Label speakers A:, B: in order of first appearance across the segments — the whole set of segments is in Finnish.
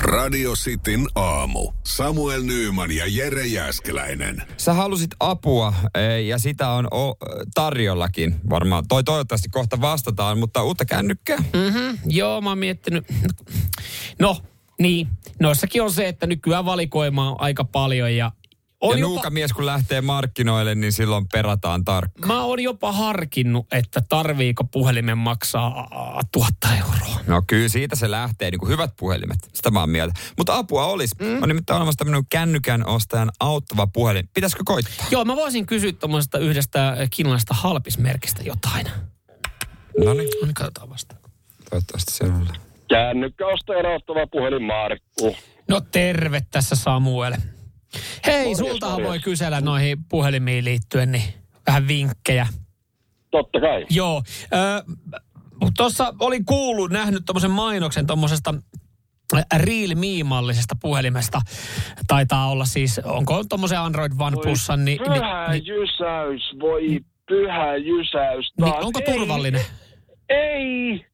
A: Radio Cityn aamu. Samuel Nyyman ja Jere Jäskeläinen.
B: Sä halusit apua eh, ja sitä on o- tarjollakin varmaan. Toi toivottavasti kohta vastataan, mutta uutta kännykkää.
C: Mm, joo, mä oon miettinyt. No, niin. Noissakin on se, että nykyään valikoimaa on aika paljon ja...
B: ja
C: On
B: nuuka mies kun lähtee markkinoille, niin silloin perataan tarkkaan.
C: Mä oon jopa harkinnut, että tarviiko puhelimen maksaa tuhatta euroa.
B: No kyllä siitä se lähtee, niin kuin hyvät puhelimet, sitä mä oon mieltä. Mutta apua olisi. Mm. On nimittäin olemassa tämmöinen kännykän ostajan auttava puhelin. Pitäisikö koittaa?
C: Joo, mä voisin kysyä tuommoisesta yhdestä kiinalaisesta halpismerkistä jotain.
B: No niin,
C: No niin, katsotaan vasta.
B: toivottavasti se on.
D: Kännykkä ostaa erottava puhelin Markku.
C: No terve tässä Samuel. Hei,
D: Morjes,
C: sultahan voi
D: morjes.
C: kysellä noihin puhelimiin liittyen, niin vähän vinkkejä.
D: Totta kai.
C: Joo. Ö, Tuossa olin kuullut, nähnyt tuommoisen mainoksen tuommoisesta Real Me-mallisesta puhelimesta. Taitaa olla siis, onko tuommoisen Android OnePlusan, niin, niin,
D: pyhä
C: niin,
D: jysäys, voi pyhä jysäys taas.
C: niin onko
D: Ei,
C: turvallinen?
D: Ei,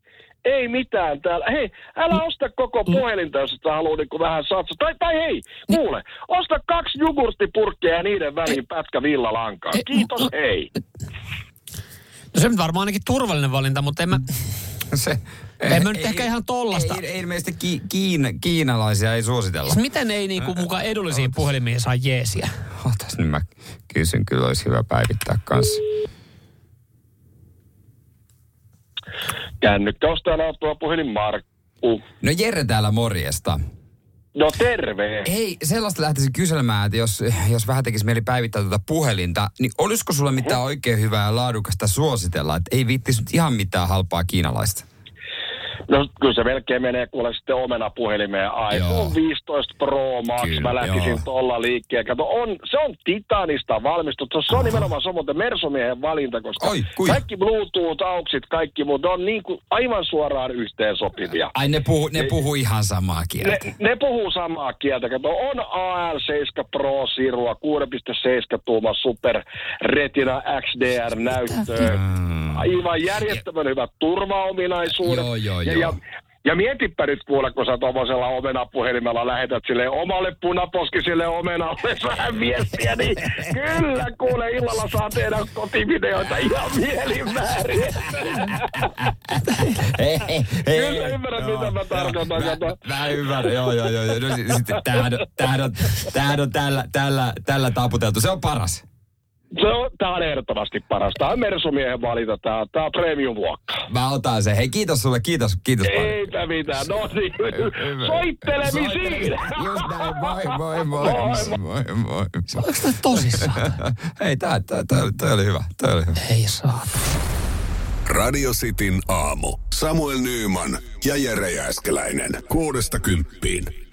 D: ei mitään täällä. Hei, älä osta koko puhelinta, jos et sä halua niin vähän satsata. Tai, tai hei, kuule, osta kaksi jogurttipurkkia ja niiden väliin pätkä villalankaa. Kiitos, hei.
C: No se nyt varmaan ainakin turvallinen valinta, mutta en mä,
B: Se,
C: en mä nyt ehkä ihan tollasta.
B: Mm. Ei, ei ilmeisesti ki, kiin, kiinalaisia ei suositella.
C: Siis Miten ei niinku mukaan edullisiin puhelimiin saa jeesiä?
B: Ootas, nyt mä kysyn, kyllä olisi hyvä päivittää kanssa.
D: Kännykkä ostaa erottava puhelin Markku.
B: No Jere täällä morjesta.
D: No terve.
B: Ei, sellaista lähtisi kyselemään, että jos, jos vähän tekisi mieli päivittää tuota puhelinta, niin olisiko sulla mitään oikein hyvää ja laadukasta suositella? Että ei viittisi nyt ihan mitään halpaa kiinalaista.
D: No kyllä se melkein menee kuule sitten omena puhelimeen.
B: Joo.
D: iPhone 15 Pro Max,
B: Kyllä,
D: kyllä, mä lähtisin
B: joo.
D: joo. tolla liikkeelle. Kato, on, se on Titanista valmistettu. Se on nimenomaan samoin Mersomiehen valinta, koska
B: Oi, kui.
D: kaikki Bluetooth-auksit, kaikki muut, ne on niin kuin aivan suoraan yhteensopivia.
B: Ai ne puhuu, ne puhuu ihan samaa
D: Ne,
B: kieltä.
D: ne puhuu samaa kieltä. Kato, on AL7 Pro Sirua, 6,7 tuuma Super Retina XDR-näyttö.
B: Mm.
D: Aivan järjettömän hyvät turvaominaisuudet.
B: Joo, joo,
D: ja,
B: joo.
D: Ja, ja mietipä nyt kuule, kun sä tuommoisella omenapuhelimella lähetät sille omalle punaposkiselle omenalle vähän viestiä, niin kyllä kuule, illalla saa tehdä kotivideoita ihan mielinmäärin.
B: Ei, ei, ei.
D: Kyllä tuota, ymmärrät, mitä mä tarkoitan,
B: Mä,
D: kato.
B: mä ymmärrän, joo, joo, joo. joo. No, si- sitten tämähän on, tämähän on, tämähän on tällä, tällä, tällä taputeltu. Se on paras.
D: Se on, tää on ehdottomasti paras. Tää on Mersumiehen valinta, tää, tää on premium-luokka.
B: Mä otan sen. Hei, kiitos sulle, kiitos, kiitos paljon.
D: Eipä mitään, no niin.
B: Hyvä.
D: Soittelemisiin!
B: Soittele- Just näin, moi, moi, moi, moi, moi, moi.
C: Onko tämä tosissaan?
B: Hei, tää, tää, tää, oli- tää oli hyvä, tää oli hyvä.
C: Ei saa.
A: Radio Cityn aamu. Samuel Nyyman ja Jere Jäskeläinen. Kuudesta kymppiin.